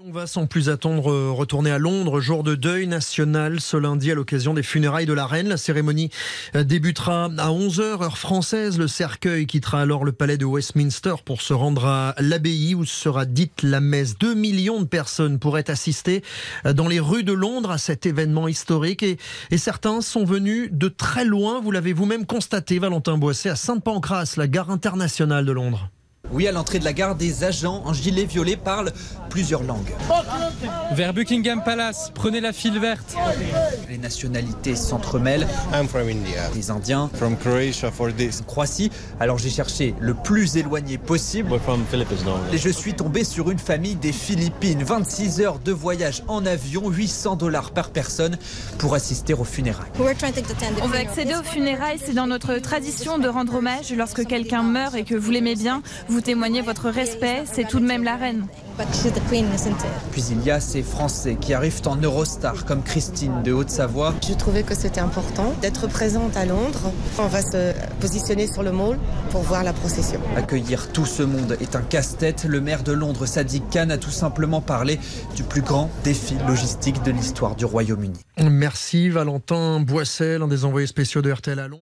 On va sans plus attendre euh, retourner à Londres, jour de deuil national ce lundi à l'occasion des funérailles de la reine. La cérémonie euh, débutera à 11h heure française. Le cercueil quittera alors le palais de Westminster pour se rendre à l'abbaye où sera dite la messe. 2 millions de personnes pourraient assister euh, dans les rues de Londres à cet événement historique et, et certains sont venus de très loin. Vous l'avez vous-même constaté, Valentin Boisset, à Sainte-Pancras, la gare internationale de Londres. Oui, à l'entrée de la gare, des agents en gilet violet parlent plusieurs langues. Vers Buckingham Palace, prenez la file verte. Les nationalités s'entremêlent, I'm from India, des Indiens, from Croatia for this. de Croatie. Alors j'ai cherché le plus éloigné possible We're from Philippines now. et je suis tombé sur une famille des Philippines. 26 heures de voyage en avion, 800 dollars par personne pour assister aux funérailles. On va accéder aux funérailles, c'est dans notre tradition de rendre hommage lorsque quelqu'un meurt et que vous l'aimez bien, vous témoignez votre respect, c'est tout de même la reine. Puis il y a ces Français qui arrivent en Eurostar comme Christine de Haute-Savoie. Je trouvais que c'était important d'être présente à Londres. On va se positionner sur le mall pour voir la procession. Accueillir tout ce monde est un casse-tête. Le maire de Londres, Sadiq Khan, a tout simplement parlé du plus grand défi logistique de l'histoire du Royaume-Uni. Merci Valentin Boisset, l'un des envoyés spéciaux de RTL à Londres.